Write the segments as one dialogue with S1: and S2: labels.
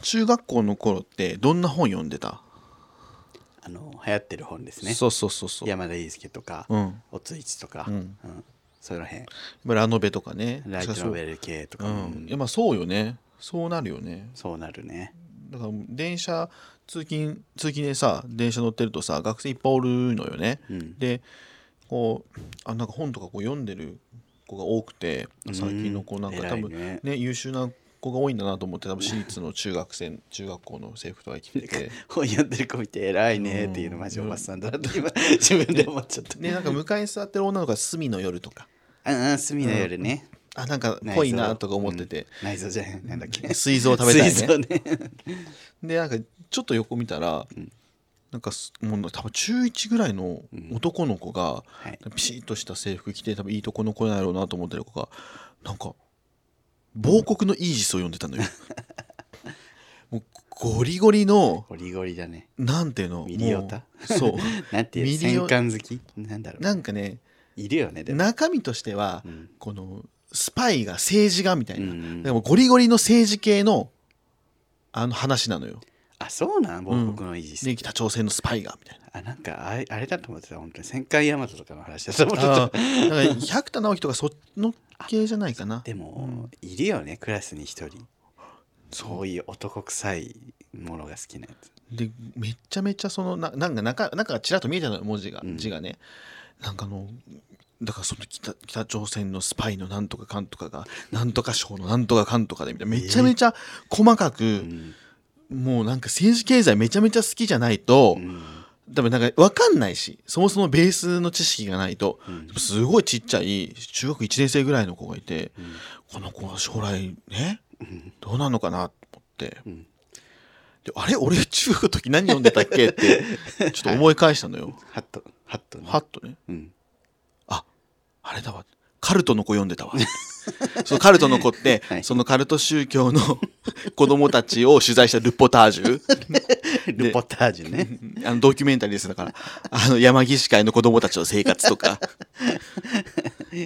S1: 中学校の頃ってどんな本読んでた、
S2: あの流行ってる本ですね
S1: そうそうそうそう。
S2: 山田裕介とか、
S1: うん。
S2: おついちとか、
S1: う
S2: うんんその辺
S1: ラノベとかね。
S2: ライトノベル系とか、
S1: う
S2: うん
S1: ん。いやまあそうよね。そうなるよね。
S2: そうなるね
S1: だから電車通勤通勤でさ電車乗ってるとさ学生いっぱいおるのよね。
S2: うん
S1: でこうあなんか本とかこう読んでる子が多くて最近の子なんか
S2: うん
S1: 多
S2: 偉い
S1: 分
S2: ね
S1: ね優秀な子が多いんだなと思って多分私立の中学生中学校の制服とか着て て。
S2: 本読んでる子見て偉いねっていうのマジおばさんだなって今自分で思っちゃった
S1: でなんか向かいに座ってる女の子が「隅の夜」とか
S2: うんうん隅の夜ね、
S1: あなんか
S2: 内臓
S1: ぽいなとか思ってて、
S2: 内臓じゃないなんだっけ
S1: 水槽食べたい
S2: 水
S1: ね
S2: 槽ね
S1: でなんかちょっと横見たら、なんかすもう多分中1ぐらいの男の子が、
S2: はい
S1: ピシッとした制服着て多分いいとこの子なんやろうなと思ってる子がなんか「亡国のイージス」を読んでた のよ。もうゴリゴリの
S2: ゴリゴリだね
S1: なんていうの
S2: ミリオタ
S1: もうそう
S2: なんていう
S1: ミリオ
S2: 戦艦好きなんだろう
S1: なんかね
S2: いるよねでも
S1: 中身としては、
S2: うん
S1: このスパイが政治がみたいな、
S2: うんうん
S1: でもゴリゴリの政治系のあの話なのよ。
S2: あそうなん亡国のイージス、
S1: で北朝鮮のスパイがみ たいな。
S2: あなんかあれあれだと思ってた本当に戦艦ヤマトとかの話だと思って
S1: あ
S2: た
S1: ーだから百田直樹とかその系じゃないか な。
S2: でも、いるよねクラスに一人そういう男臭いものが好きなやつ
S1: でめっちゃめちゃそのななんか中中がちらっと見えたのよ文字が、
S2: うん
S1: 字がねなんかあのだからその北北朝鮮のスパイのなんとかかんとかがなんとか省のなんとかかんとかでみたいなめちゃめちゃ細かく、
S2: うん、
S1: もうなんか政治経済めちゃめちゃ好きじゃないと、
S2: うん
S1: 多分なんか分かんないしそもそもベースの知識がないと、
S2: うん
S1: でもすごいちっちゃい中学1年生ぐらいの子がいて、この子は将来ねどうなのかなと思って、
S2: ん
S1: であれ俺中学の時何読んでたっけってちょっと思い返したの よ、
S2: ハットハットね
S1: はっとね
S2: うん、
S1: ああれだわカルトの子読んでたわそのカルトの子って、
S2: はい
S1: そのカルト宗教の 子供たちを取材したルポタージュ
S2: ルポタージュね
S1: あのドキュメンタリーですだからあの山岸会の子供たちの生活とか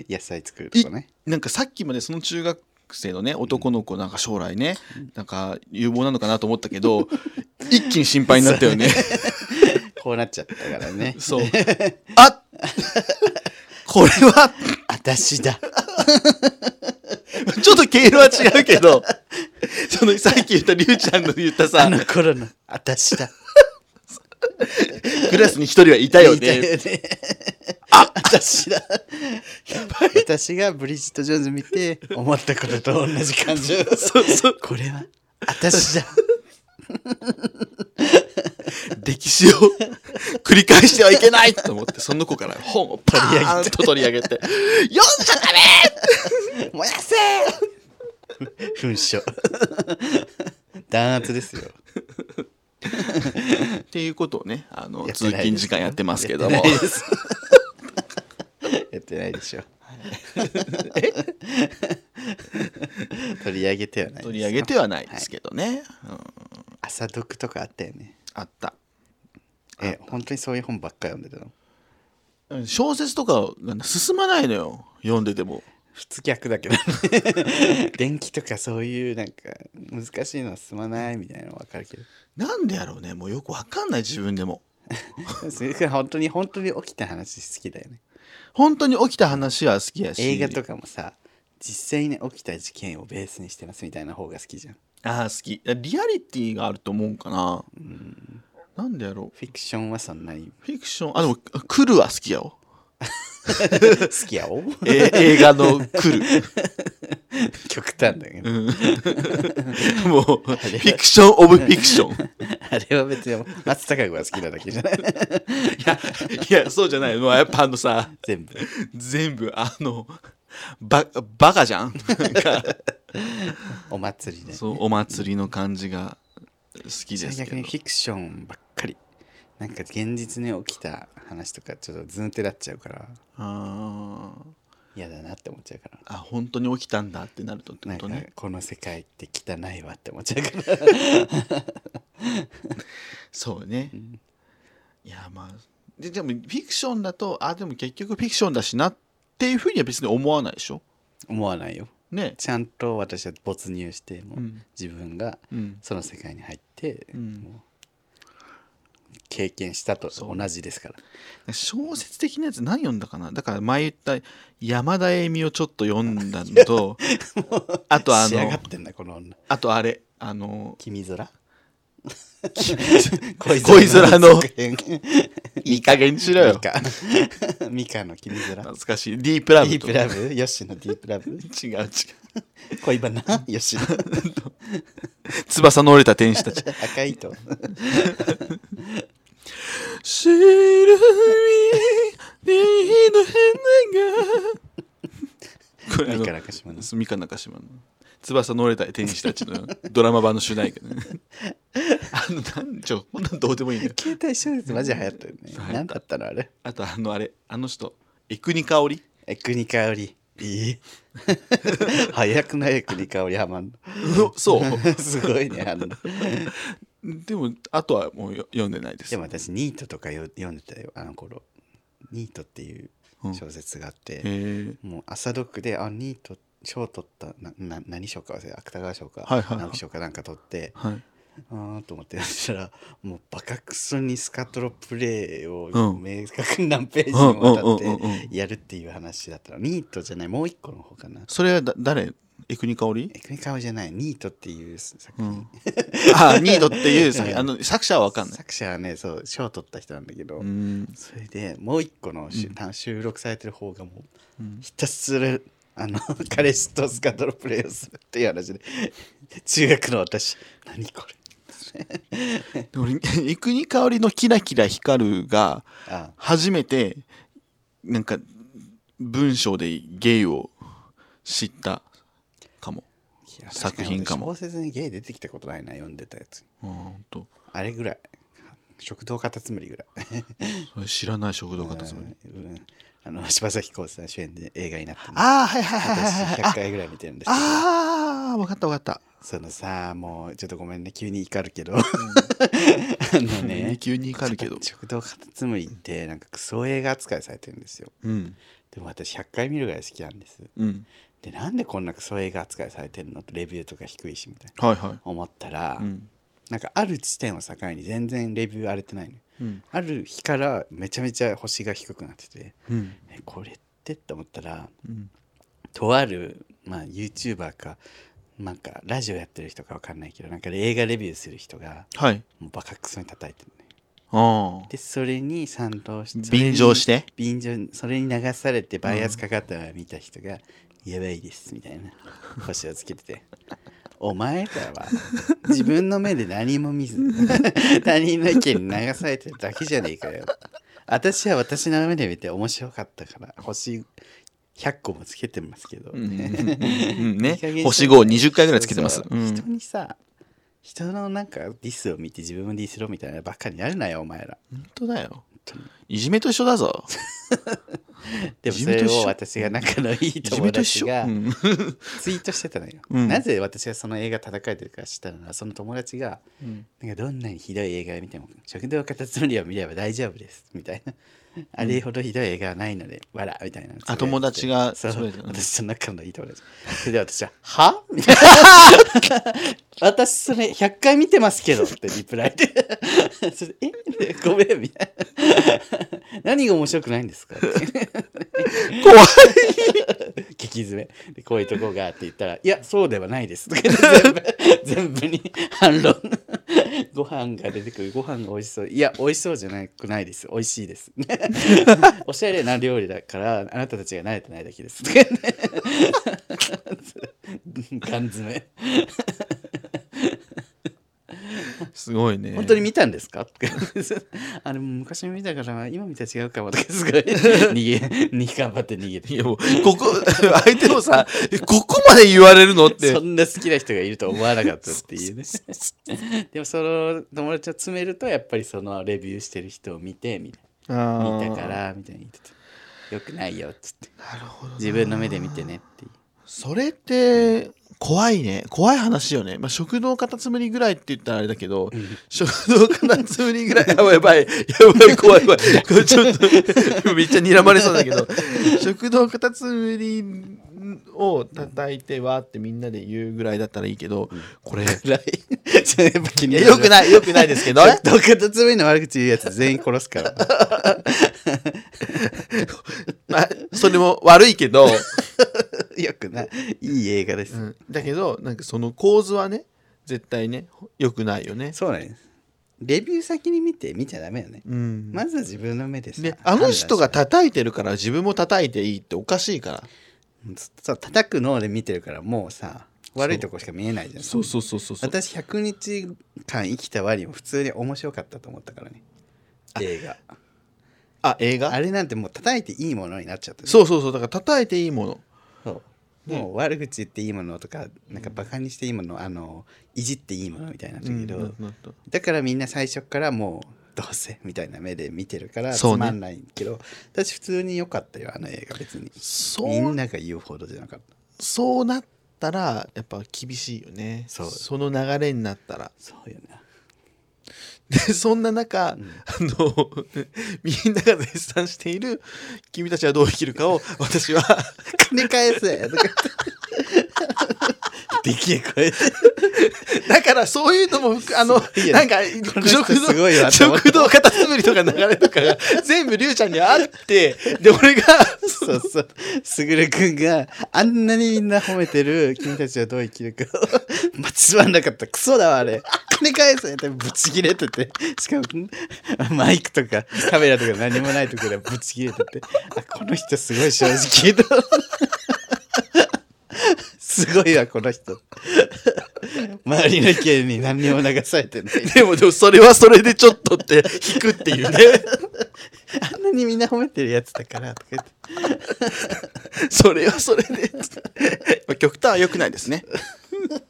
S2: 野菜作るとかね
S1: なんかさっきまでその中学生のね男の子なんか将来ねなんか有望なのかなと思ったけど 一気に心配になったよね
S2: こうなっちゃったか らね
S1: そうあこれは
S2: 私だ
S1: ちょっと毛色は違うけどそのさっき言ったりゅうちゃんの言った
S2: あ
S1: さ
S2: の頃の私だ
S1: クラスに一人はいたよ
S2: いたよ
S1: ね
S2: ねあ私だ私がブリジット・ジョーンズ見て思ったことと同じ感情
S1: そうそう
S2: これは私だ
S1: 歴史を繰り返してはいけないと思ってその子から本をパーンと取り上げて「読んじゃダメ!」
S2: 燃やせ噴書弾圧ですよ
S1: っていうことをねあの
S2: やって
S1: 通
S2: ないです
S1: 勤時間やってますけど
S2: や
S1: も
S2: ってないですやってないでしょ取り上げてはないです
S1: 取り上げてはないですけどね、うん、
S2: 朝読とかあったよね
S1: あった
S2: え本当にそういう本ばっか読んでたの
S1: うん小説とかが進まないのよ読んでても
S2: 普通逆だけど 電気とかそういうなんか難しいのは進まないみたいなの分かるけど
S1: なんでやろうねもうよくわかんない自分でも
S2: 鈴木君本当に本当に起きた話好きだよね
S1: 本当に起きた話は好きやし
S2: 映画とかもさ実際に起きた事件をベースにしてますみたいな方が好きじゃん
S1: ああ好きリアリティがあると思うんかな、なんでやろう
S2: フィクションはそんなに
S1: フィクションあでも「来る」は好きや わ
S2: 好きやお
S1: え映画の「来る
S2: 極端だ けど、」
S1: もうフィクション・オブ・フィクショ ン
S2: あれは別に松たか子が好きなだけじゃない
S1: いやそうじゃないもうやっぱあのさ
S2: 全部
S1: 全部あのババカじ ゃんなんか
S2: お祭りで
S1: そうお祭りの感じが好きで
S2: それ
S1: すけ
S2: 逆に
S1: ど
S2: フィクションばっかりなんか現実に起きた話とかちょっとずんってなっちゃうから
S1: あー
S2: 嫌だなって思っちゃうから
S1: あ本当に起きたんだってなるとってこ
S2: なん
S1: と
S2: か
S1: ね
S2: この世界って汚いわって思っちゃうから
S1: そうね、いやまあででもフィクションだとあでも結局フィクションだしなっていうふうには別に思わないでしょ
S2: 思わないよ
S1: ね
S2: ちゃんと私は没入してもう
S1: うん
S2: 自分が
S1: うん
S2: その世界に入って、
S1: うん
S2: もう経験したと
S1: そう
S2: 同じですから
S1: 小説的なやつ何読んだかなだから前言った山田栄美をちょっと読んだのと あとあ
S2: 仕上が
S1: の
S2: ってんだこの女
S1: あとあれあの
S2: 君空
S1: 恋空の
S2: 続編
S1: いい加減にしろ
S2: ミ
S1: よ
S2: カミカの君空デ
S1: 懐かしいディープラブ
S2: ィ
S1: と
S2: ープラブヨッシーのディープラブ
S1: 違う違う
S2: 恋バナヨッシーの
S1: 翼の折れた天使たち
S2: 赤い糸
S1: 知る海の花がこれあ
S2: ミ
S1: の
S2: カ中島の
S1: 三日中島の翼の折れた天使たちのドラマ版の主題歌ね あのなんちょほんとどうでもいいんだよ
S2: 携帯小説マジで流行ったよね
S1: 流行った
S2: 何だったのあれ
S1: あとあのあれあの人エクニカオリ
S2: え国香りいい 早くない国香りはまんの
S1: そう
S2: すごいねあの
S1: でもあとはもうよ読んでないです
S2: でも私ニートとかよ読んでたよあの頃ニートっていう小説があって、
S1: へえ
S2: もう朝読であニート賞取ったなな何賞か忘れた芥川賞か、
S1: はいはいはい
S2: 直木賞かなんか取って
S1: はい
S2: あーと思ってそしたらもうバカクソにスカトロプレイを
S1: うん
S2: 明確に何ページにもわ
S1: うんうんうん
S2: た
S1: うん
S2: ってやるっていう話だったのニートじゃないもう一個の方かな
S1: それはだ誰エクニカオリ
S2: え国川じゃないニートっていう作品、
S1: うんあニードっていうさあの作者は分かんない
S2: 作者はねそう賞取った人なんだけど、
S1: うん
S2: それでもう一個のしゅ、収録されてる方がもう、
S1: うん
S2: ひたすらあの彼氏とスカトロプレイをするっていう話で中学の私何これ
S1: で俺 エクニカオリの「キラキラ光る」が
S2: あ
S1: 初めてなんか文章でゲイを知ったかも
S2: いや
S1: 作品かも
S2: 確に俺小説にゲイ出てきたことないな読んでたやつ
S1: うんほんと
S2: あれぐらい食堂カタツムリぐらい
S1: それ知らない食堂かたつもり
S2: うんあの柴咲コウさん主演で映画になってあ
S1: ああはいはいはいはい
S2: 私
S1: は
S2: 100
S1: い
S2: 回ぐらい見てるんですけど
S1: ああ分かった分かった
S2: そのさもうちょっとごめんね急に怒るけど、あのね
S1: 急に怒るけど
S2: 食堂カタツムリってなんかクソ映画扱いされてるんですよ
S1: うん
S2: でも私100回見るぐらい好きなんです
S1: うん
S2: でなんでこんなクソ映画扱いされてるのとレビューとか低いしみたいな
S1: はいは
S2: 思ったら、
S1: いうん
S2: なんかある地点を境に全然レビュー荒れてないのよ
S1: うん
S2: ある日からめちゃめちゃ星が低くなってて
S1: うん
S2: えこれってって思ったら
S1: うん
S2: とある、まあ、YouTuber かなんかラジオやってる人かわかんないけどなんか映画レビューする人が
S1: はい
S2: もうバカクソに叩いてるね
S1: ああ
S2: でそれに賛同して
S1: 便乗して
S2: 便乗それに流されてバイアスかかったのを見た人が「やばいです」みたいな星をつけてて「お前らは自分の目で何も見ず 他人の意見に流されてるだけじゃねえかよ」私は私の目で見て面白かったから星100個もつけてますけど、
S1: うんうんうん
S2: いい
S1: ね
S2: 加減に
S1: 星
S2: しろ
S1: 5を20回ぐらいつけてます
S2: そう
S1: う
S2: そう人
S1: ん
S2: にさ人のなんかディスを見て自分もディスろみたいなばっかりやるなよお前ら
S1: 本当だよいじめと一緒だ ぞ
S2: でもそれを私が仲のいい
S1: いじめ
S2: 友
S1: と一
S2: 達
S1: 緒
S2: が
S1: うん
S2: ツイートしてたのよ。
S1: うん
S2: なぜ私がその映画叩かれてるか知ったのはその友達が
S1: うん
S2: なんかどんなにひどい映画を見ても食堂カタツムリを見れば大丈夫ですみたいな。あれほどひどい映画はないので、わらみたいな。
S1: あ友達が
S2: そう
S1: それで
S2: 私の仲のいい友達。それで私は、はみたいな。私それ100回見てますけどってリプライで。それでえごめんみたいな。何が面白くないんですかって
S1: 怖い
S2: 激詰め でこういうとこがあって言ったら「いやそうではないです」と か言って 全部全部に反論 ご飯が出てくるご飯が美味しそういや美味しそうじゃなくないです美味しいです おしゃれな料理だからあなたたちが慣れてないだけです とか言って缶詰
S1: すごいね
S2: 本当に見たんですかと かあれも昔見たから今見たら違うかもとかす ごい逃げ逃げ頑張って逃げて
S1: いやもう、ここ、相手もさ、えここまで言われるのって
S2: そ。んな好きな人がいるとは思わなかったっていうね でもその友達を詰めるとやっぱりそのレビューしてる人を見てみたいな見たか。らみたいに言っててよくないよっつって
S1: なるほど。
S2: 自分の目で見てねっていう
S1: それって、怖いね。怖い話よね。まあ、食堂カタツムリぐらいって言ったらあれだけど、食堂カタツムリぐらい、やばいやばい、やばい、怖い怖い。こ れちょっと、めっちゃ睨まれそうだけど、食堂カタツムリを叩いてわーってみんなで言うぐらいだったらいいけど、これ、
S2: 暗い。ちょやっぱ気に
S1: い
S2: な
S1: や、
S2: る。
S1: よくない、よくないですけど、
S2: どっかとつぶりの悪口言うやつ全員殺すから。
S1: まあ、それも悪いけど、
S2: よくない。いい映画で す。
S1: うんだけど、なんかその構図はね、絶対ね、よくないよね。
S2: そうなんです。レビュー先に見て、見ちゃダメよね。
S1: うん。
S2: まずは自分の目です。
S1: で、あの人が叩いてるから自分も叩いていいっておかしいから。
S2: さ叩く脳で見てるからもうさ悪いとこしか見えないじゃん
S1: そうそうそうそうそう。
S2: 私100日間生きた割にも普通に面白かったと思ったからね映画
S1: あ、映
S2: あ
S1: 画
S2: れなんてもう叩いていいものになっちゃったね
S1: そうそうそう。だから叩いていいもの。
S2: そう
S1: ね
S2: もう悪口言っていいものとかなんかバカにしていいものあのいじっていいものみたいになったけど、
S1: うんなった
S2: だからみんな最初からもうどうせみたいな目で見てるからつ
S1: そうね
S2: まんないけど、私普通に良かったよあの映画別に
S1: そう
S2: みんなが言うほどじゃなかった
S1: そうなったらやっぱ厳しいよね
S2: そう
S1: の流れになったら
S2: そうよな
S1: でそんな中、あの みんなが絶賛している「君たちはどう生きるか」を私 は
S2: 金返せとか言ってできえ 声
S1: だからそういうのもあの
S2: いね
S1: なんか
S2: の人
S1: 食
S2: すごい
S1: 堂
S2: なと思った
S1: 食堂カタツムリとか流れとかが全部りゅうちゃんにあ ってで俺が
S2: そうそう。すぐるくんがあんなにみんな褒めてる君たちはどう生きるかをまつまんなかった。クソだわ、あれ。金返せってぶち切れてて。しかも、マイクとかカメラとか何もないところでぶち切れてて。あ、この人すごい正直だ。すごいわ、この人。周りの意見に何にも流され てない。
S1: でもでもそれはそれでちょっとって引くって いうね
S2: あんなにみんな褒めてるやつだから、とか言って。
S1: それはそれで まあ極端は良くないですね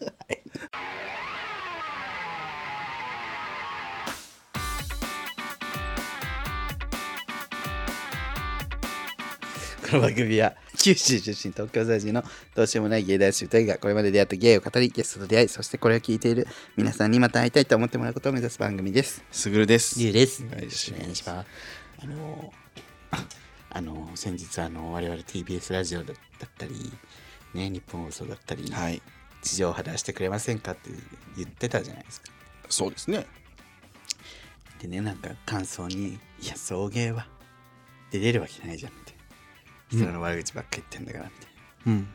S2: この番組は九州出身東京在住のどうしようもない芸大集大がこれまで出会った芸を語りゲストと出会いそしてこれを聞いている皆さんにまた会いたいと思ってもらうことを目指す番組です。
S1: すぐるです
S2: うです
S1: お願いします
S2: お願いします。あのあの先日あの我々 TBS ラジオだったりね日本放送だったり、
S1: はい
S2: 地上波出してくれませんかって言ってたじゃないですか。
S1: そうですね
S2: でねなんか感想に「いや送迎は出れるわけないじゃん」みたいな人の悪口ばっか言ってんだからみたいな。
S1: うん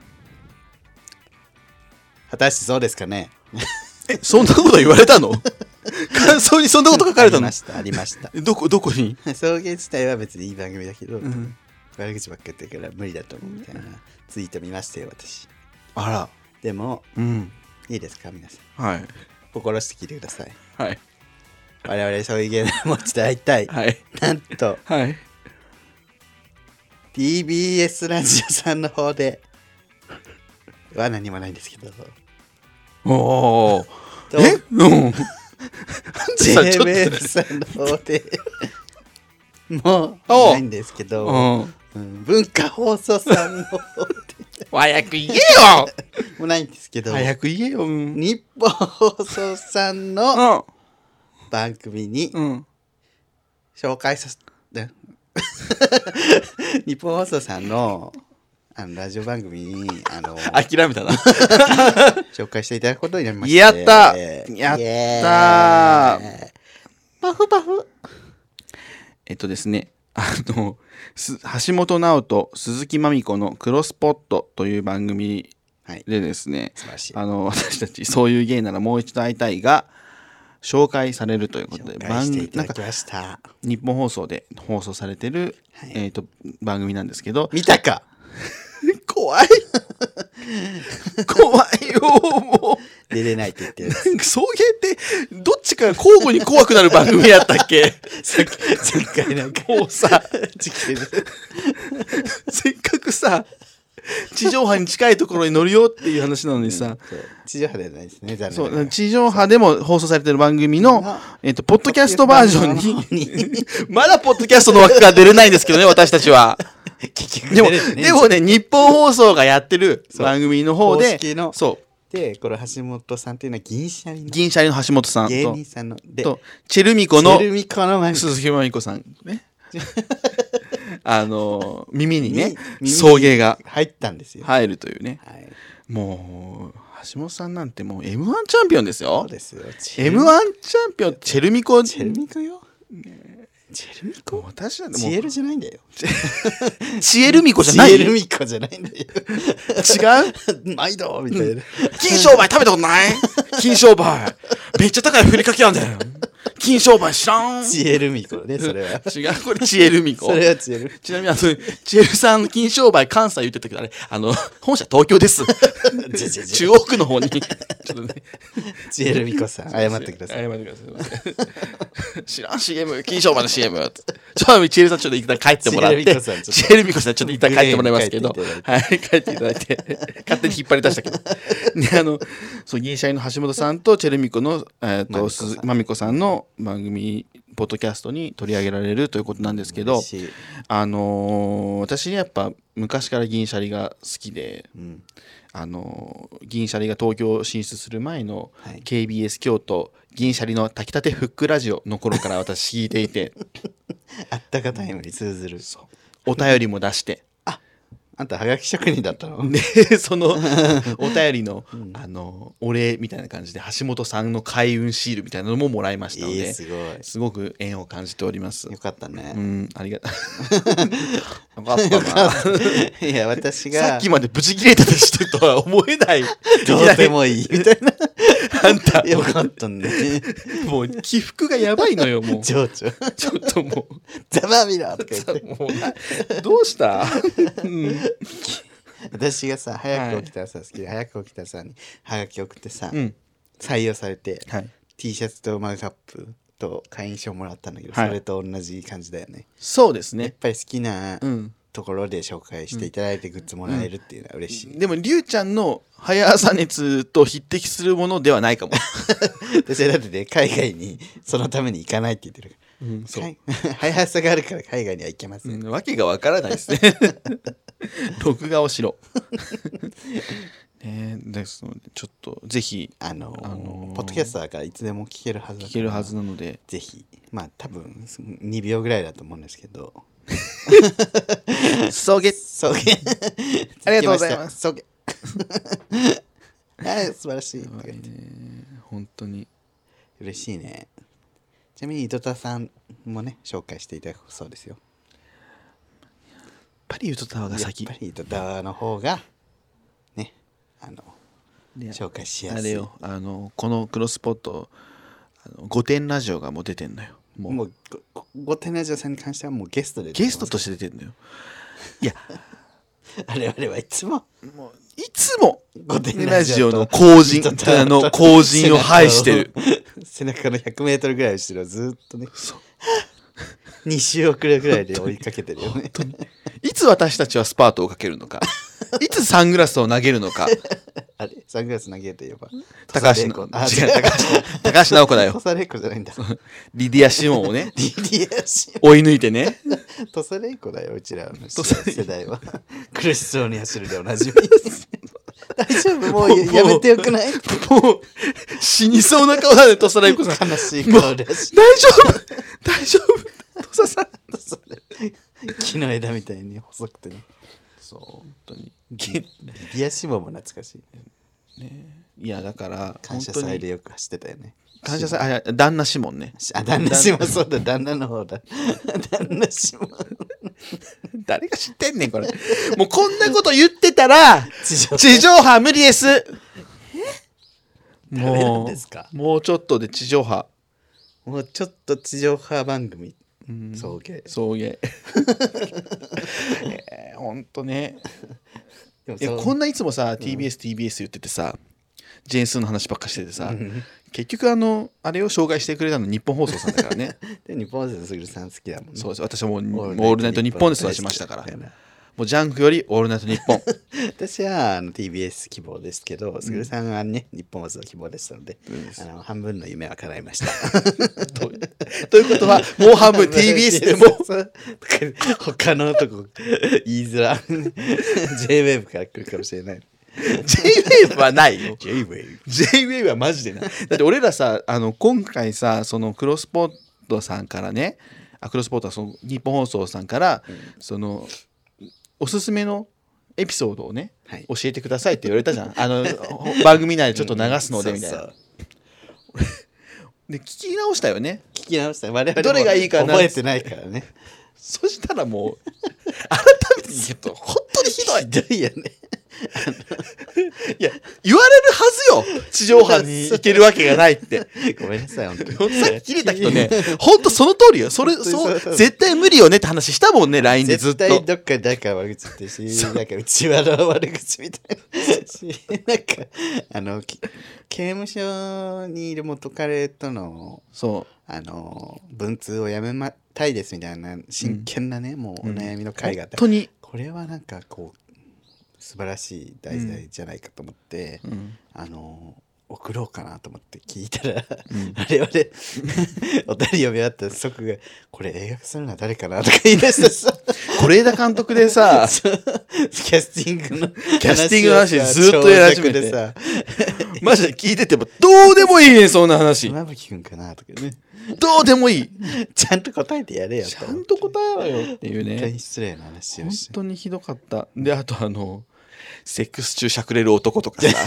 S2: 果たしてそうですかね
S1: えそんなこと言われた の感想にそんなこと書かれた
S2: あり
S1: の
S2: ましたありました
S1: どこどこに
S2: 送迎自体は別にいい番組だけど、
S1: ん
S2: 悪口ばっかり言ってるから無理だと思うみたいなツイート見ましたよ私
S1: あら
S2: でも
S1: うん
S2: いいですか皆さん
S1: はい
S2: 心して聞いてください
S1: はい
S2: 我々送迎の持ちで会いたい、
S1: はい
S2: なんと
S1: はい
S2: TBS ラジオさんの方では何もないんですけど
S1: おお
S2: と
S1: えうんちょっと
S2: JMF さんの方でもう
S1: おう
S2: ないんですけど、
S1: うん
S2: うん文化放送さんの方で
S1: 早く言えよ
S2: もうないんですけど
S1: 早く言えようん
S2: 日本放送さんの番組に
S1: うん
S2: 紹介させて 日本放送さんのあのラジオ番組にあ の
S1: 諦めたな
S2: 紹介していただくことになりました
S1: やったやったー
S2: パフパフ
S1: えっとですね、あの、す橋本直人、鈴木まみ子のクロスポットという番組
S2: はい
S1: でですね、
S2: 素晴らしい
S1: あの、 私たち、そういう芸ならもう一度会いたいが、紹介されるということで、
S2: 紹介していた
S1: なん
S2: だき
S1: か
S2: ました
S1: 日本放送で放送されてる、
S2: はい
S1: えっ、と、番組なんですけど、
S2: 見たか
S1: 怖い 怖いよ、もう。
S2: 出れないって言 ってる
S1: 送迎って、どっちか交互に怖くなる番組やったっけ
S2: 前回なんか
S1: もうさ、
S2: 時期で
S1: せっかくさ地上波に近いところに乗るよっていう話なのにさ、
S2: そう地上波ではないですね残念
S1: そ
S2: なが
S1: う
S2: ら
S1: 地上波でも放送されてる番組の
S2: の、
S1: えっとポッドキャストバージョン
S2: ポッドキャストバージ
S1: にまだポッドキャストの枠が出れないんですけどね私たちは。
S2: 結局
S1: でも
S2: 出れてね
S1: でもね日本放送がやってる番組の方
S2: 公
S1: で
S2: 式の
S1: そう
S2: でこの橋本さんっていうのは銀シャリの
S1: 銀シャリの橋本さん
S2: 芸
S1: と
S2: 人さんので
S1: とチェルミコの
S2: チェルミコの前に
S1: 鈴木まみこさんね。あの耳にね
S2: 耳に
S1: 送迎が
S2: 入ったんですよ。
S1: 入るというね
S2: はい。
S1: もう橋本さんなんてもう m 1チャンピオンです
S2: そ
S1: よ
S2: うですよ。
S1: m 1チャンピオンチェルミコ
S2: チェルミコよ。チェルミ
S1: もう
S2: コ
S1: 私なんても
S2: チ
S1: う
S2: エルじゃないんだよ。
S1: チエルミコじゃ
S2: チ
S1: ない
S2: エ
S1: 違
S2: ル
S1: う
S2: ミコじゃないんだ よ。毎度みたいな。
S1: 金商売食べたこと ない金商売めっちゃ高いふりかけあんだよ金商売知らん違う
S2: チエルミコね、 それは。
S1: これチエルミコ
S2: それはチエル。
S1: ちなみにあのチエルさん金商売関西言ってたけどあれあの本社東京です
S2: じゃじゃじ
S1: 中央区の 方にちょっとね
S2: ゃチエルミコさん、謝ってくださ
S1: 謝
S2: い。
S1: ってください。知らん CM、金賞まの CM。ちょっと、チエルさん、ちょっと一旦帰ってもらって。
S2: チエルミコさんちょっと
S1: チエルミコさん、ちょっと一旦帰ってもらいますけど
S2: グレー。
S1: はい、帰っていただいて。勝手に引っ張り出した けど。ね、あの、そう、銀シャリの橋本さんと、チェルミコの、えっ、と、鈴まみこさんの番組、ポッドキャストに取り上げられるということなんですけど、
S2: 嬉しい
S1: あのー私ねやっぱ昔から銀シャリが好きで、
S2: ん
S1: あのー銀シャリが東京進出する前の
S2: はい
S1: KBS 京都銀シャリの炊きたてフックラジオの頃から私聞いていて
S2: あったかタイムに通ずる。
S1: お便りも出して
S2: あんた、はがき職人だったの
S1: でそ のお便りの、あのーお礼みたいな感じで橋本さんの開運シールみたいなのももらいましたの
S2: い
S1: で、
S2: い、すごい。
S1: すごく縁を感じております
S2: よ。かった
S1: う
S2: ね。
S1: ん、ありが よかったな。
S2: いや、私が。
S1: さっきまでブチ切れてた人とは思え ない。
S2: どうでもいいみたいな。
S1: あんた、
S2: よかっ たね。
S1: もう起伏がやばいのよ、 もう。ち
S2: 情緒。
S1: ょっとも
S2: ざまあみろとか言って。
S1: う、もうなどうした、うん、
S2: 私がさ、早く起きた朝好きで、早く起きた朝に、はがき送ってさ、
S1: うん
S2: 採用されて、
S1: はい
S2: T シャツとマグカップと会員証もらったんだけど、
S1: はい
S2: それと同じ感じだよね。
S1: そうです
S2: やっ
S1: ね。
S2: ぱり好きな
S1: うん。
S2: ところで紹介していただいてグッズもらえるっていうのは嬉しい。
S1: でも、りゅうちゃんの早朝熱と匹敵するものではないかも。
S2: 私はだってね、海外にそのために行かないって言ってるから。
S1: うん、
S2: はい。 早さがあるから海外には行けません。
S1: うんわけがわからないです ね。録画をしろ。 ねえですので、ちょっと、ぜひ、
S2: あのー
S1: あのー
S2: ポッドキャストだからいつでも聞けるはずだから
S1: 聞けるはずなので、
S2: ぜひまあ多分2秒ぐらいだと思うんですけど
S1: 送迎
S2: そう げ
S1: ありがとうございます
S2: そうげあ素晴らしい
S1: 本当に。
S2: 嬉しいねちなみに井戸田さんもね紹介していただくそうですよ
S1: パリウトタワーが
S2: やっ
S1: 先
S2: ぱ。り井戸田の方がねあの
S1: ね
S2: 紹介しや
S1: あ
S2: す
S1: れ
S2: い
S1: よあのこのクロスポットあの5点ラジオがもう出てんのよもう
S2: もうごごてなじさんに関してはもうゲストで
S1: ゲストとして出てんのよいや
S2: 我々はいつも
S1: もういつも
S2: 御殿
S1: ラジオの後 陣あ の後陣を排してる
S2: 背中の 100m ぐらい後ろをずっとね
S1: そう
S2: 2周遅れぐらいで追いかけてるよね
S1: いつ私たちはスパートをかけるのかいつサングラスを投げるの か
S2: あれサングラス投げて言えば
S1: 高橋の
S2: 土佐
S1: 違う
S2: 玲子
S1: 高橋高橋直子だ
S2: あ違う土
S1: よ
S2: 佐玲子じゃないん だ
S1: リディア・シモンをね
S2: リリアシ
S1: 追い抜いてね
S2: 土佐玲子だようちらの
S1: 土佐
S2: 世代は苦しそうに走るでおなじ み大丈夫もうややめてよくない
S1: もう死にそうな顔だね土佐玲子さん
S2: 悲しい顔で走る
S1: 大丈夫大丈夫土佐さん
S2: それ木の枝みたいに細くてね
S1: そう本当に
S2: リリアシモも懐かしい
S1: いやだから
S2: 感謝祭でよく走ってたよね
S1: 本当に感謝祭あいや旦那シモンね
S2: しあ旦那氏もそうだ旦那の方だ 旦那氏も
S1: 誰が知ってんねんこれ もうこんなこと言ってたら
S2: 地上
S1: 地上波無理です
S2: 誰な
S1: も
S2: ん
S1: う
S2: ですか
S1: もうちょっとで地上波
S2: もうちょっと地上波番組送迎
S1: 送迎えー、ほんとね
S2: でも
S1: いや
S2: そう
S1: こんないつもさ TBSTBS、TBS 言っててさジェーンスーの話ばっかしててさ、結局あのあれを紹介してくれたの日本放送さんだからね
S2: で日本人すぐるさん好きだもんね
S1: そうです私はもう「もうオールナイトニッポン」で育ちましたから
S2: 大好きだ
S1: もうジャンクより「オールナイトニッ ポン」
S2: 私はあの TBS 希望ですけどすぐるさんはね日本放送希望でしたのであの半分の夢は叶いました
S1: とということはもう半 分 TBS でも
S2: そう他のとこ言い づら JWAVE から来るかもしれない
S1: JWAVE はないよ
S2: JWAVE
S1: JWAVE はマジでないだって俺らさあの今回さそのクロスポットさんからねアクロスポートはその日本放送さんから、そのおすすめのエピソードをね、
S2: はい
S1: 教えてくださいって言われたじゃんあの ほ番組内でちょっと流すのでみたいな、
S2: そうそう
S1: で聞き直したよね
S2: 聞き直した我々も
S1: どれがいいかな
S2: 覚えてないからね
S1: そしたら もう改めてちょっと本当にひどい
S2: ひどいよね
S1: いや言われるはずよ地上波に行けるわけがないって
S2: ごめんなさい本当に
S1: ほん とさっき切れた人ね、ほんとその通りよ。それ、
S2: 本当にそ
S1: そうう、絶対無理よねって話したもんね、LINE でずっ
S2: 絶
S1: と。
S2: 対どっか誰か悪口言ってるしなんか内輪の悪口みたいなしなんかあのき刑務所にいる元彼との
S1: そ
S2: あの文通をやめまたいですみたいな真剣なね、もうお悩みの
S1: う。
S2: 回があ
S1: 本
S2: って、
S1: 当に。
S2: これはなんかこう素晴らしい題材じゃないかと思って、
S1: うん
S2: あの送ろうかなと思って聞いたら、
S1: ん
S2: 我 々お便り読み終わった即が「これ映画化するのは誰かな?」とか言い出してさ
S1: 是枝監督で さ、
S2: キャスティングの
S1: キャスティングの話
S2: をさ
S1: ずっとやり始めて
S2: 長尺でさ
S1: マジで聞いてても、どうでもいいねん、そんな話。
S2: 妻夫木君かなとかね
S1: どうでもいい。
S2: ちゃんと答えてやれよ
S1: ち
S2: と
S1: ゃ
S2: 思っ
S1: ん
S2: て
S1: と答えろよっていう
S2: 本当
S1: ね
S2: に。失礼な話を
S1: 本
S2: して。
S1: 当にひどかった。で、あとあの、セックス中しゃくれる男と かさ、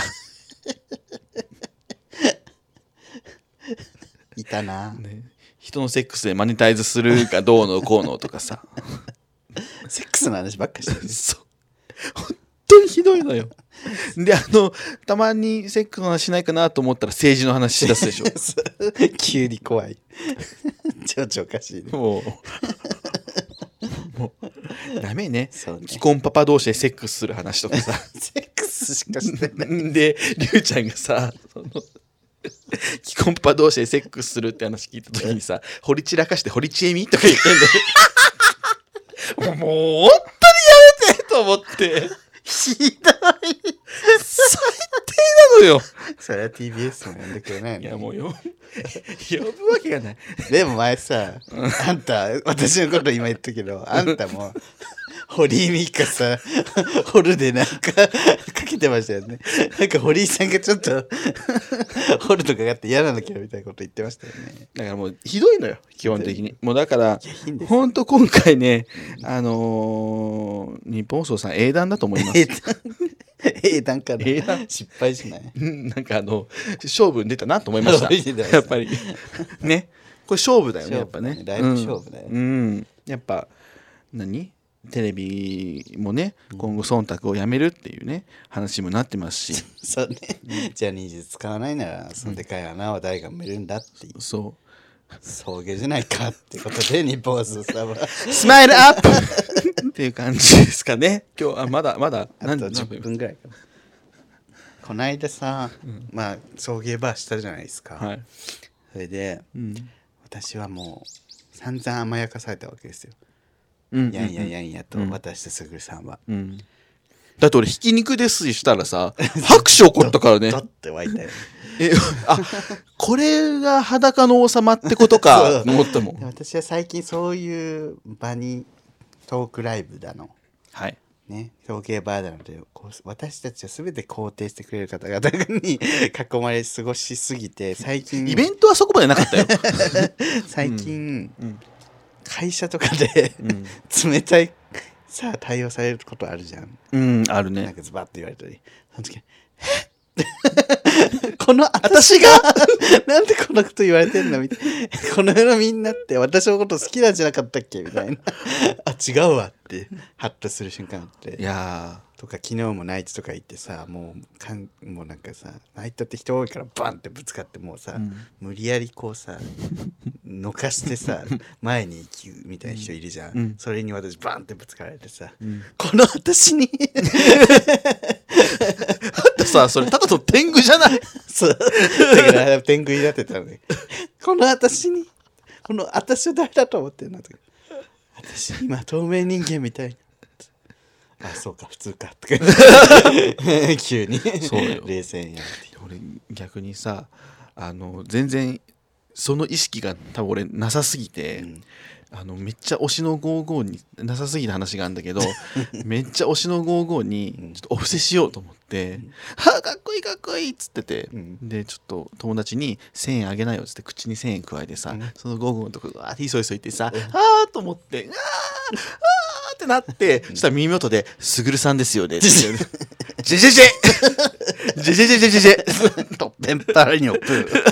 S2: いたな。
S1: ね人のセックスでマネタイズするかどうのこうのとかさ。
S2: セックスの話ばっかしてる。
S1: そう。本当にひどいのよ。 で、あの、たまにセックスの話しないかなと思ったら政治の話しだすでし
S2: 急に怖い。ちょちょおかしいね
S1: ょ。。 もう。 もう、ダメね。
S2: そうね。
S1: 既婚パパ同士でセックスする話とかさ。
S2: セックスしかしてな い。
S1: で、りゅうちゃんがさ、その、既婚パパ同士でセックスするって話聞いた時にさ、掘り散らかして掘りちえみとか言ってんだよ。も う、本当にやめてと思って。
S2: ひどい。
S1: 最低なのよ。
S2: それは TBS も呼んでくれない
S1: い
S2: の
S1: やもう呼ぶ呼ぶわけがない。
S2: でも前さ、あんた、私のこと今言ったけど、あんたも、堀井美香さ、ホルでなんか、かけてましたよね。なんか堀井さんがちょっと、ホルとかがあって嫌なんだけどみたいなこと言ってましたよね。
S1: だからもうひどいのよ基本的に。もうだから
S2: いやいいんですよ
S1: 本当今回ねあのー日本放送さん英断だと思います。
S2: 英単英単かな
S1: 英単
S2: 失敗しない
S1: うん なんかあの勝負に出たなと思いま した。
S2: 出てました
S1: やっぱり ねこれ勝負だよねやっぱね。
S2: 勝負だねだいぶ勝負だよね
S1: うんうんやっぱ何テレビもね今後忖度をやめるっていうね話にもなってます し。
S2: そうねジャニーズ使わないならそのでかい穴は誰が埋めるんだっていう
S1: そう。
S2: 送迎じゃないかってことで日本放送さんは
S1: スマイルアップ っていう感じですかね。今日、あ、まだ、まだ、
S2: あと
S1: 何時
S2: 10分ぐらいかなこないださ、まあ送迎バーしたじゃないですか、
S1: はい。
S2: それで
S1: うん。
S2: 私はもう散々甘やかされたわけですよ、
S1: うん。
S2: やんやんやんやと
S1: うん
S2: 私とすぐるさんは、
S1: うん。だって俺、ひき肉ですしたらさ、 拍手起こったからね
S2: ド。ッて湧い たよ
S1: え、あ、これが裸の王様ってこと か、
S2: そう
S1: 思ったも
S2: で
S1: ん。
S2: 私は最近そういう場にトークライブだの
S1: はい。
S2: ね表現バーだのでこう私たちは全て肯定してくれる方々に 囲まれ過ごしすぎて最近
S1: イベントはそこまでなか ったよ。
S2: 最近、
S1: うん
S2: 会社とかで、冷たいさ対応されることあるじゃん
S1: うん、ある
S2: なん
S1: ね。
S2: かズバッと言われたりその時えっ この
S1: 私が
S2: なんでこんなこと言われてんのみたいな。 この世のみんなって私のこと好きなんじゃなかったっけみたいな。 あ、違うわって、 ハッとする瞬間あっ
S1: い
S2: て。
S1: や
S2: とか、昨日もナイツとか行ってさ、もう、かんもうなんかさ、ナイトって人多いからバンってぶつかって、もうさ、
S1: うん
S2: 無理やりこ うさ、のかしてさ、前に行くみたいな人いるじゃん。
S1: うん
S2: それに私バンってぶつかられてさ、
S1: ん
S2: この私に
S1: ー。だってさ、それただの天狗じゃない。
S2: そう。だから、天狗になってたのね。この私に、この私を誰だと思ってるのとか。私、今、透明人間みたいな。あ、そうか、普通か。 とか言って。急に。
S1: そうよ
S2: 冷静になって。
S1: 俺、逆にさ、あの、全然、その意識が多分俺なさすぎて、
S2: うん
S1: あのめっちゃ推しの55になさすぎる話があるんだ けどめっちゃ推しの55にちょっとお布施しようと思って「はあかっこいいかっこいい」っつってて、
S2: うん
S1: でちょっと友達に「1,000円あげないよ」っつって口に1,000円加えてさ、
S2: うん
S1: その55のとこわーっていそいそいってさ「ああ」と思って「ああああ」ってなってそしたら耳元で「すぐるさんですよね」って言うのジェジェジェジェジェジェジェジェジェと
S2: ペンパラニョプー。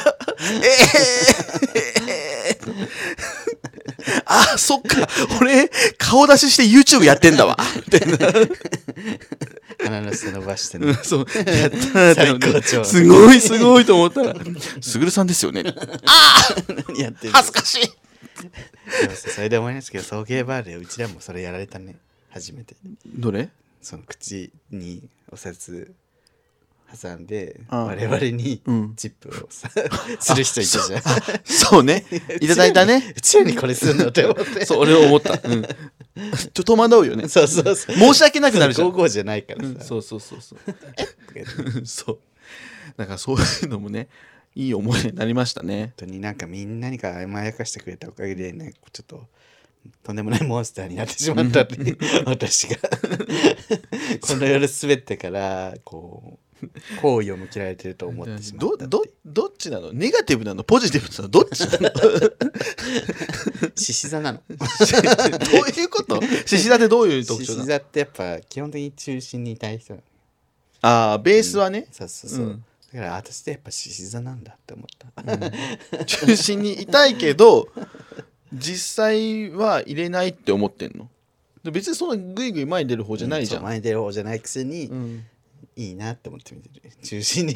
S1: えー、あー、そっか。俺、顔出しして YouTube やってんだわ。みたいな。
S2: 鼻の下伸ばしてね。
S1: そう。やったなって思って
S2: 最高潮
S1: すごい、すごいと思ったら、すぐるさんですよね。
S2: 何 やってる
S1: 恥ずかしい。
S2: でもさそれで思いますけど、送迎バーでうちらもそれやられたね。初めて。
S1: どれ
S2: その口にお札挟んで、
S1: ああ
S2: 我々に
S1: うん
S2: チップをさ、 する人いたじゃん。
S1: そうね。いただいたね。
S2: うちらに。うちらにこれするのって思って。
S1: そう、俺思った。うん。ちょっと戸惑うよね。
S2: そうそうそう。
S1: 申し訳なくなるじゃん。
S2: 高校じゃないから
S1: うん
S2: さ。
S1: そうそうそうそう。そう。 だからそういうのもね、いい思いになりましたね。
S2: 本当になんかみんなにか甘やかしてくれたおかげでねちょっととんでもないモンスターになってしまったって私がこの夜滑ってからこう好意を向けられてると思ってしまっ
S1: ど
S2: たって
S1: どどっちなのネガティブなのポジティブなのどっちなの ど
S2: 獅子座 なの
S1: ういうこと獅子座ってどういう特
S2: 獅
S1: 徴
S2: 子
S1: なの
S2: 座ってやっぱ基本的に中心にいたい人なの
S1: ああベースはね、
S2: そうそうそう、
S1: うん
S2: だから私ってやっぱ獅子座なんだって思った、
S1: 中心にいたいけど実際は入れないって思ってんので別にそんなグイグイ前に出る方じゃないじゃ、
S2: そうん前に出る方じゃないくせに、
S1: うん
S2: いいなって思って見てる中心に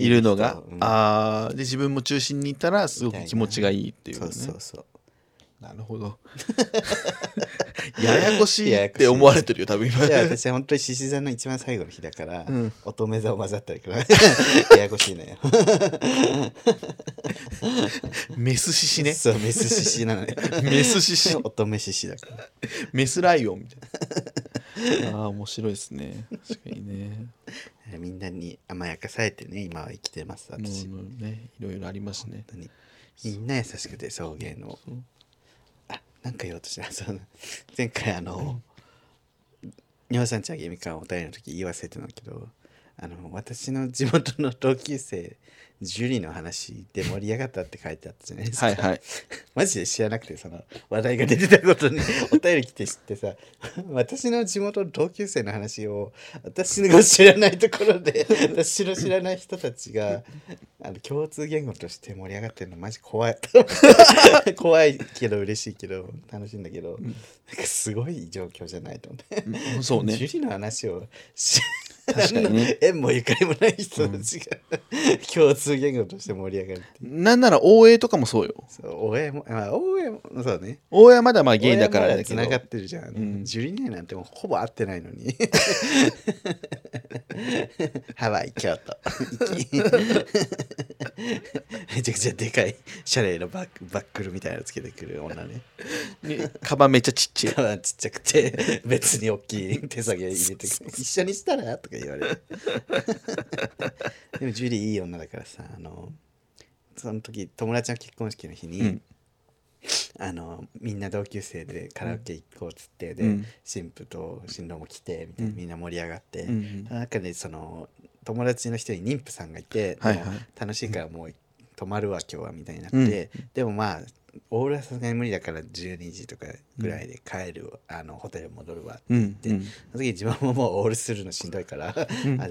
S1: いるのが、
S2: うん
S1: ああで自分も中心にいたらすごく気持ちがいいっていう,、
S2: そ
S1: ね、
S2: うそうそう
S1: なるほど ややこしいって思われてるよ多分今
S2: い や私は本当に獅子座の一番最後の日だから、
S1: うん
S2: 乙女座を混ざったりから ややこしいのよ。
S1: メス獅 子ね
S2: そうメス獅子なのよ。
S1: メス獅子
S2: 乙女獅子だから。
S1: メスライオンみたいな。ああ、面白いですね。確かにね。
S2: みんなに甘やかされてね今は生きてます
S1: も
S2: 私。本
S1: うね、いろいろありますね。
S2: 当にみんな優しくて送迎の。あなんか言おうとした そう前回あの尿酸茶ゲミカンお便りの時言い忘れてたんだけどあの私の地元の同級生ジュリの話で盛り上がったって書いてあったじゃないですか。
S1: はいはい。
S2: マジで知らなくてその話題が出てたこと にお便り来て知ってさ私の地元の同級生の話を私が知らないところで私の知らない人たちがあの共通言語として盛り上がってるのマジ 怖い怖いけど嬉しいけど楽しいんだけど、なんかすごい状況じゃないと思って。
S1: うんそう
S2: ジ
S1: ね。
S2: ュリの話をし
S1: 確かにね
S2: 縁もゆかりもない人たちが、共通言語として盛り上がるっていう
S1: なんなら、応援とかもそうよ。
S2: そう応援もまあ応援もそうね
S1: 応援はまだまあゲイだからだ
S2: つ
S1: け
S2: な
S1: ど。
S2: がってるじゃん、
S1: ん
S2: ジュリネなんてもうほぼ会ってないのに ハワイ京都行きめちゃくちゃでかいシャレのバックバックルみたいなのつけてくる女ね
S1: ねカバンめっちゃちっちゃい。
S2: 顔は ちっちゃく て別に大きい手提げ入れてくる一緒にしたらとか言わ れるでもジュリーいい女だからさあのその時友達の結婚式の日に、
S1: うん
S2: あのみんな同級生でカラオケ行こうっつってで、
S1: うん
S2: 新婦と新郎も来てみたいな、みんな盛り上がって、
S1: うん
S2: その中でその友達の人に妊婦さんがいて、
S1: はいはい
S2: でも楽しいからもう泊まるわ今日はみたいになって、
S1: うん
S2: でもまあオールはさすがに無理だから12時とかぐらいで帰る、あのホテル戻るわって
S1: う
S2: 言っ
S1: ん
S2: て、
S1: うん。
S2: その時自分ももうオールするのしんどいから、あじ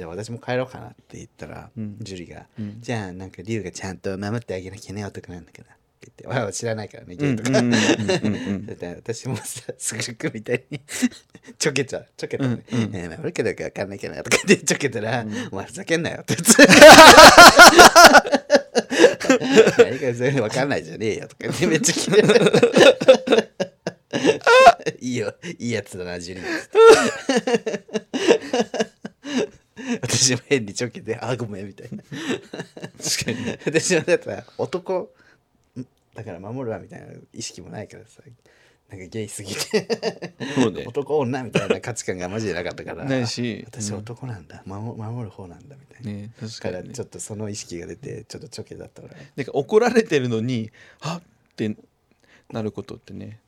S2: ゃあ私も帰ろうかなって言ったら、
S1: うん
S2: ジュリが、
S1: うん
S2: じゃあなんか龍がちゃんと守ってあげなきゃね男なんだからって言って、わあ知らないからね
S1: う
S2: ゲイ
S1: ん
S2: と
S1: う
S2: か。
S1: んうんうん
S2: だって 私もさ、すぐるくみたいにちょけちゃう、ちょけたね。
S1: うんうん
S2: えー、悪けどかわかんないけどなとかでちょけたら、お前ふざけんなよって言って。 何か全然わかんないじゃねえよとか でめっちゃ切れいいよ、いいやつだな、ジュリー。 私も変にちょけて、あ、ごめんみたいな。
S1: 確かにね。
S2: 私はだったら男んだから守るわみたいな意識もないからさなんかゲイすぎて
S1: そうね。
S2: 男女みたいな価値観がマジでなかったから
S1: ないし
S2: あ私男なんだ、守守る方なんだみたいな、
S1: ね確
S2: だ
S1: か
S2: から
S1: にね
S2: ちょ。っとその意識が出てちょっとチョケだったから
S1: なんか怒られてるのに、はっってなることってね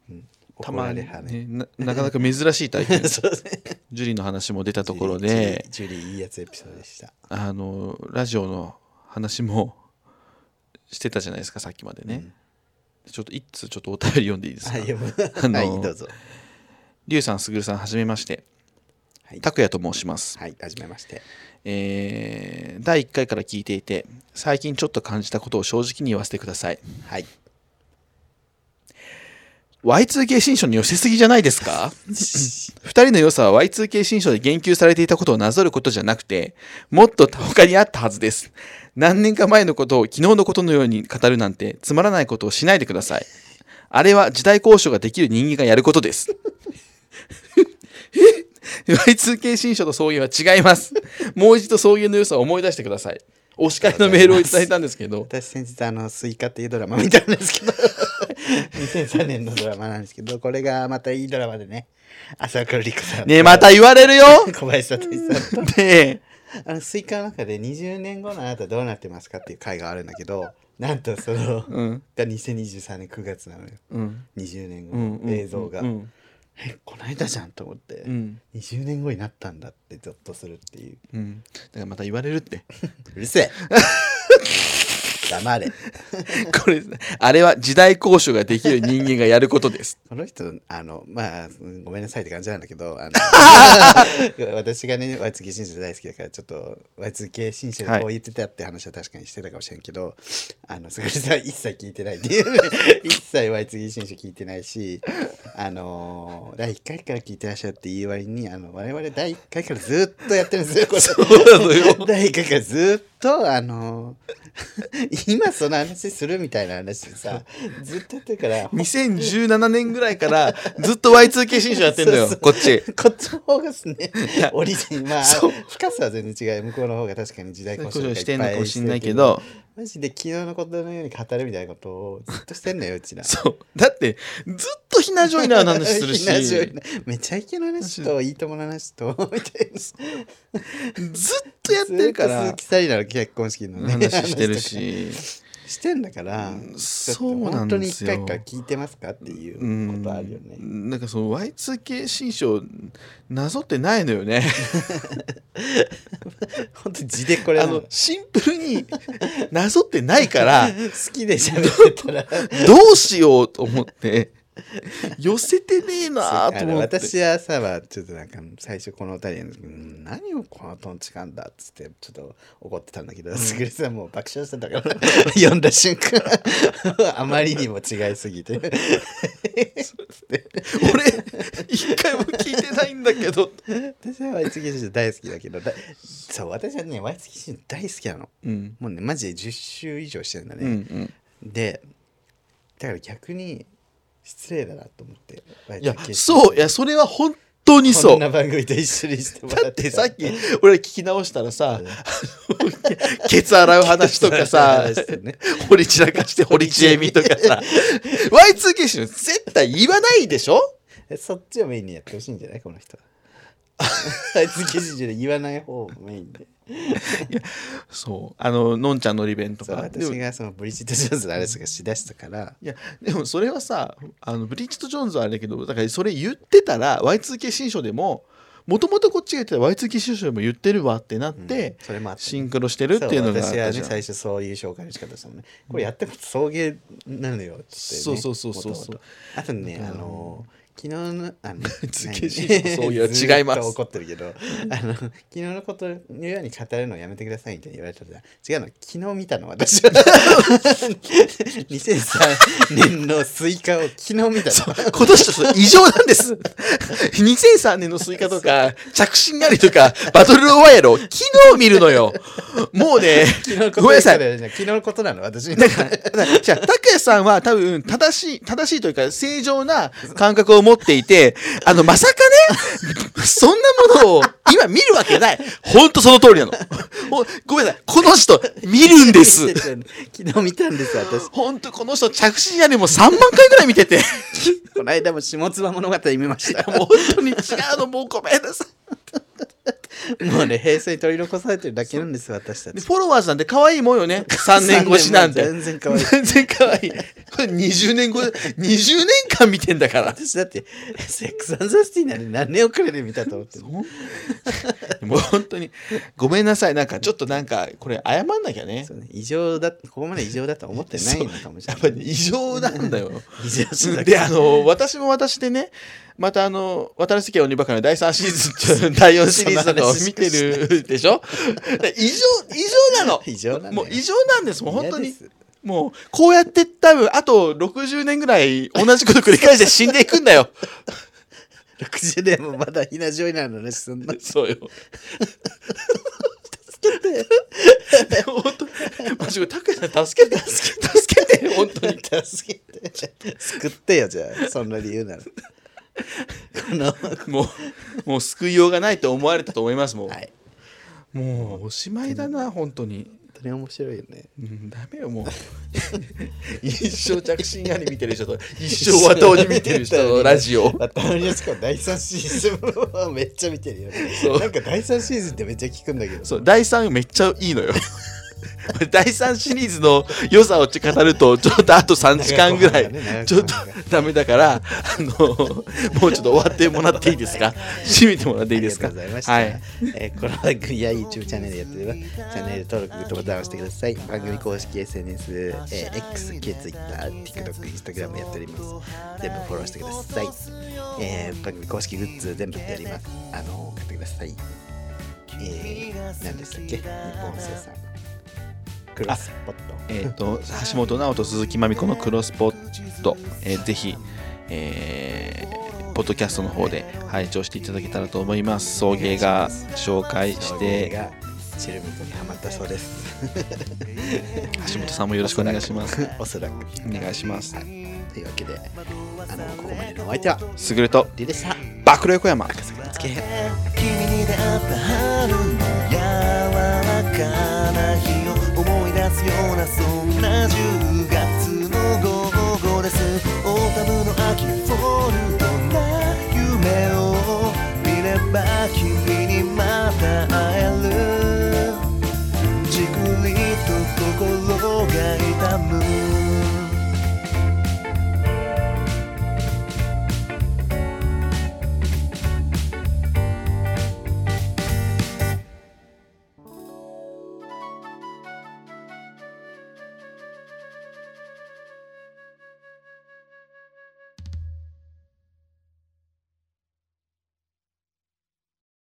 S1: た
S2: 怒
S1: ま
S2: ら
S1: に
S2: れは
S1: ね
S2: ね。
S1: ななかなか珍しい体験
S2: そうですね。
S1: ジュリーの話も出たところで
S2: ジュリー、ジュリーいいやつエピソードでした。
S1: あのラジオの話もしてたじゃないですかさっきまでね、ちょっと一通ちょっとお便り読んでいいですか
S2: はい、読む
S1: あの
S2: はい、どうぞ。
S1: リュウさんすぐるさんはじめまして
S2: はい、
S1: 拓也と申します、
S2: はい、はじめまして。
S1: えー第1回から聞いていて最近ちょっと感じたことを正直に言わせてください
S2: はい。
S1: Y2K 新書に寄せすぎじゃないですか2人の良さは Y2K 新書で言及されていたことをなぞることじゃなくてもっと他にあったはずです何年か前のことを昨日のことのように語るなんてつまらないことをしないでくださいあれは時代交渉ができる人間がやることですえ Y2K 新書と草原は違いますもう一度草原の良さを思い出してくださいお叱りのメールをいただいたんですけど
S2: 私先日あの「スイカ」っていうドラマ見たんです けど2003年のドラマなんですけどこれがまたいいドラマでね朝倉里子さんと
S1: ねえまた言われるよ
S2: 小林聡さん
S1: ね
S2: と
S1: え
S2: あのスイカの中で20年後のあなたどうなってますかっていう回があるんだけどなんとその、
S1: うん
S2: が2023年9月なのよ
S1: うん
S2: 20年
S1: うんうん
S2: 後の映像が、
S1: うん
S2: えこの間じゃんと思って、
S1: うん
S2: 20年後になったんだってゾッとするっていう
S1: うん、だからまた言われるって
S2: うるせえ黙れ
S1: これあれは時代交渉ができる人間がやること です
S2: この人、あの、まあ、うんごめんなさいって感じなんだけど、あ の私がね、Y2K 新書大好きだから、ちょっと Y2K 新書
S1: は
S2: で
S1: い
S2: こう言ってたって話は確かにしてたかもしれんけど、あの、すぐるさんは一切聞いてないっていう、 一切 Y2K 新書聞いてないし、あのー第1回から聞いてらっしゃるっていう割に、あの、我々第1回からずっとやってるんですよ、これ
S1: なのよ
S2: 第1回からずっと、あのー今その話するみたいな話さ、ずっとやってるから、
S1: 2017年ぐらいからずっと Y2K 新書やってんだよ
S2: そうそう
S1: こっち
S2: こっちの方がですね
S1: や、
S2: オリジン、まあ
S1: そう、
S2: 深さは全然違う。向こうの方が確かに時代交
S1: 交
S2: 渉
S1: 渉
S2: が
S1: してんの
S2: いっぱ
S1: かもしんないけ
S2: してる
S1: ど
S2: けど。マジで昨日のことのように語るみたいなことをずっとしてんのよ、うちら。
S1: そうだってずっとひなジョイナーの話 するし
S2: ひなじょいなめちゃイケの話と、いいともの話と、みたいな。ず
S1: ずっとやってるか
S2: っと
S1: ら
S2: 鈴木紗理奈の結婚式のね、
S1: 話してる
S2: 話と
S1: し
S2: か。してんだか
S1: そ
S2: ら、
S1: うなんですよ
S2: ちょっと本当に一回から聞いてますかっていううことあるよね。
S1: んなんかその Y2K 新書なぞってないのよね
S2: 本当に字でこれ
S1: あ
S2: なの
S1: のシンプルに なぞってないから
S2: 好きで喋ってたら。
S1: どうしようと思って寄せてねえなーと
S2: あの
S1: 思って
S2: 私はさはちょっとなんか最初この歌でやるんですけどうん何をこのトン違うんだっつってちょっと怒ってたんだけどすぐるさんもう爆笑してたから 読んだ瞬間 あまりにも違いすぎて
S1: 俺一回も聞いてないんだけど、
S2: 私はワイツキシン大好きだけどだそう私はねワイツキシン大好きなの
S1: うん、
S2: もうねマジで10周以上してるんだ
S1: うんう
S2: ね、
S1: ん
S2: でだから逆に失礼だなと思って
S1: いやそういやそれは本当に
S2: そ
S1: そ
S2: ん
S1: う
S2: な
S1: だ
S2: 番組と一緒にしてもら
S1: っ
S2: って
S1: てさっき俺聞き直したらさあの ケツ洗う話とかさ
S2: ケツ洗う話とね
S1: 堀散らかして堀ちえみとかさ Y2K 氏の絶対言わないでしょ
S2: えそっちをメインにやってほしいんじゃないこの人 あいつ記事で言わない方をメインで
S1: そうあののんちゃんのリベンと
S2: そう
S1: かでも
S2: 私がそのブリジット・ジョーンズのあれとかしだしたから
S1: いやでもそれはさあのブリッジとジョーンズはあれだけどだからそれ言ってたら Y2K 新書でももともとこっちが言ってた Y2K 新書でも言ってるわってなって、
S2: それもあった
S1: シンクロしてるっていうのがあっ
S2: そう私
S1: た
S2: は
S1: じ
S2: ね
S1: ゃん
S2: 最初そういう紹介の仕方したもんねこれやっても送迎なのよって、ね、
S1: そうそうそうそうそう
S2: 元々あとねあの昨日のあの
S1: つけしと送迎は違います
S2: ずっと怒ってるけどあの昨日のことのように語るのやめてくださいみたいに言われたら違うの昨日見たの私は2003年のスイカを昨日見た の
S1: 今年ちょっと異常なんです 2003年のスイカとか着信ありとかバトルロワイヤルを昨日見るのよもうね
S2: 昨日のこ
S1: ごめん
S2: と
S1: なさい
S2: だよね昨日のことなの私に
S1: だから、だからじゃあ、拓也さんは多分、正しい、正しいというか、正常な感覚を持っていて、あの、まさかね、そんなものを今見るわけない。ほんとその通りなの。ほごめんなさい。この人、見るんです。
S2: 昨日見たんです私
S1: ほんとこの人、着信やねもう3万回ぐらい見てて、
S2: この間も下妻物語見ました
S1: もう本当に違うの、もうごめんなさい。
S2: もうね、平成に取り残されてるだけなんです、私た
S1: で
S2: ち。
S1: フォロワーズなんて可愛いもんよね。3年越しなんて。
S2: 三年も全然可愛い
S1: 全然可愛い。 20年後、20年間見てんだから。
S2: 私だって、セックスアンザシティなんで何年遅れで見たと思ってる
S1: もう本当に、ごめんなさい。なんか、ちょっとなんか、これ謝んなきゃね
S2: そ。うね異常だ、ここまで異常だとは思ってないのかもしれ
S1: やっ
S2: な
S1: ぱ
S2: い。
S1: り異常なんだよ。
S2: 異常者だ
S1: で、あの、私も私でね、またあの、渡る世間鬼ばかりの第3シーズンと第4シリーズとかを見てるでしょで異常、異常なの。
S2: 異常なんだよ
S1: もう異常なんです。もう本当に
S2: 嫌。です
S1: もう、こうやって多分、あと60年ぐらい同じこと繰り返して死んでいくんだよ。
S2: 60年もまだひなじょいなの話すんの。
S1: そうよ。でも本当マジで、拓也さん助けて、助けて、本当に。
S2: 助けて。救ってよ、じゃあ。そんな理由なら。この、
S1: もう、もう救いようがないと思われたと思います、もう。
S2: はい。
S1: もう、おしまいだな、本当に。
S2: 本当に面白いよね。
S1: うん、ダメよ、もう。 一生着信屋に見てる人 と、一生綿尾に見てる人のラジオ。
S2: 渡辺康子第3シーズンはめっちゃ見てるよね
S1: そう。
S2: なんか第3シーズンってめっちゃ聞くんだけど。
S1: そう、第3めっちゃいいのよ。 第3シリーズの良さを語ると、ちょっとあと3時間ぐら、
S2: 長くないる
S1: ちょっとダメだから、あの、もうちょっと終わってもらっていいですか締めてもらっていいですか
S2: ありがとうございました。
S1: はい。
S2: えーこの番組は YouTube チャンネルでやってれば、チャンネル登録、グッドボタンを押してください。番組公式 SNS、えー X、K、Twitter、TikTok、Instagram やっております。全部フォローしてください。えー番組公式グッズ全部やります。あの、買ってください。えー、何でしたっけ日本生産。クロスポット。
S1: えっ、と、橋本直人、鈴木まみこのクロスポット、えーぜひ、えーポッドキャストの方で拝聴していただけたらと思います。送迎が紹介し
S2: 映
S1: て、
S2: 画、チェルミコにハマったそうです。
S1: 橋本さんもよろしくお願いします。
S2: おそらく。
S1: お願いします
S2: はいというわけで、あの、ここまでのお相手は、
S1: すぐると、
S2: リュウでした。
S1: 爆露横山。
S2: つけ
S3: 君に出会った春の柔らかな日を思い出すようなそんな10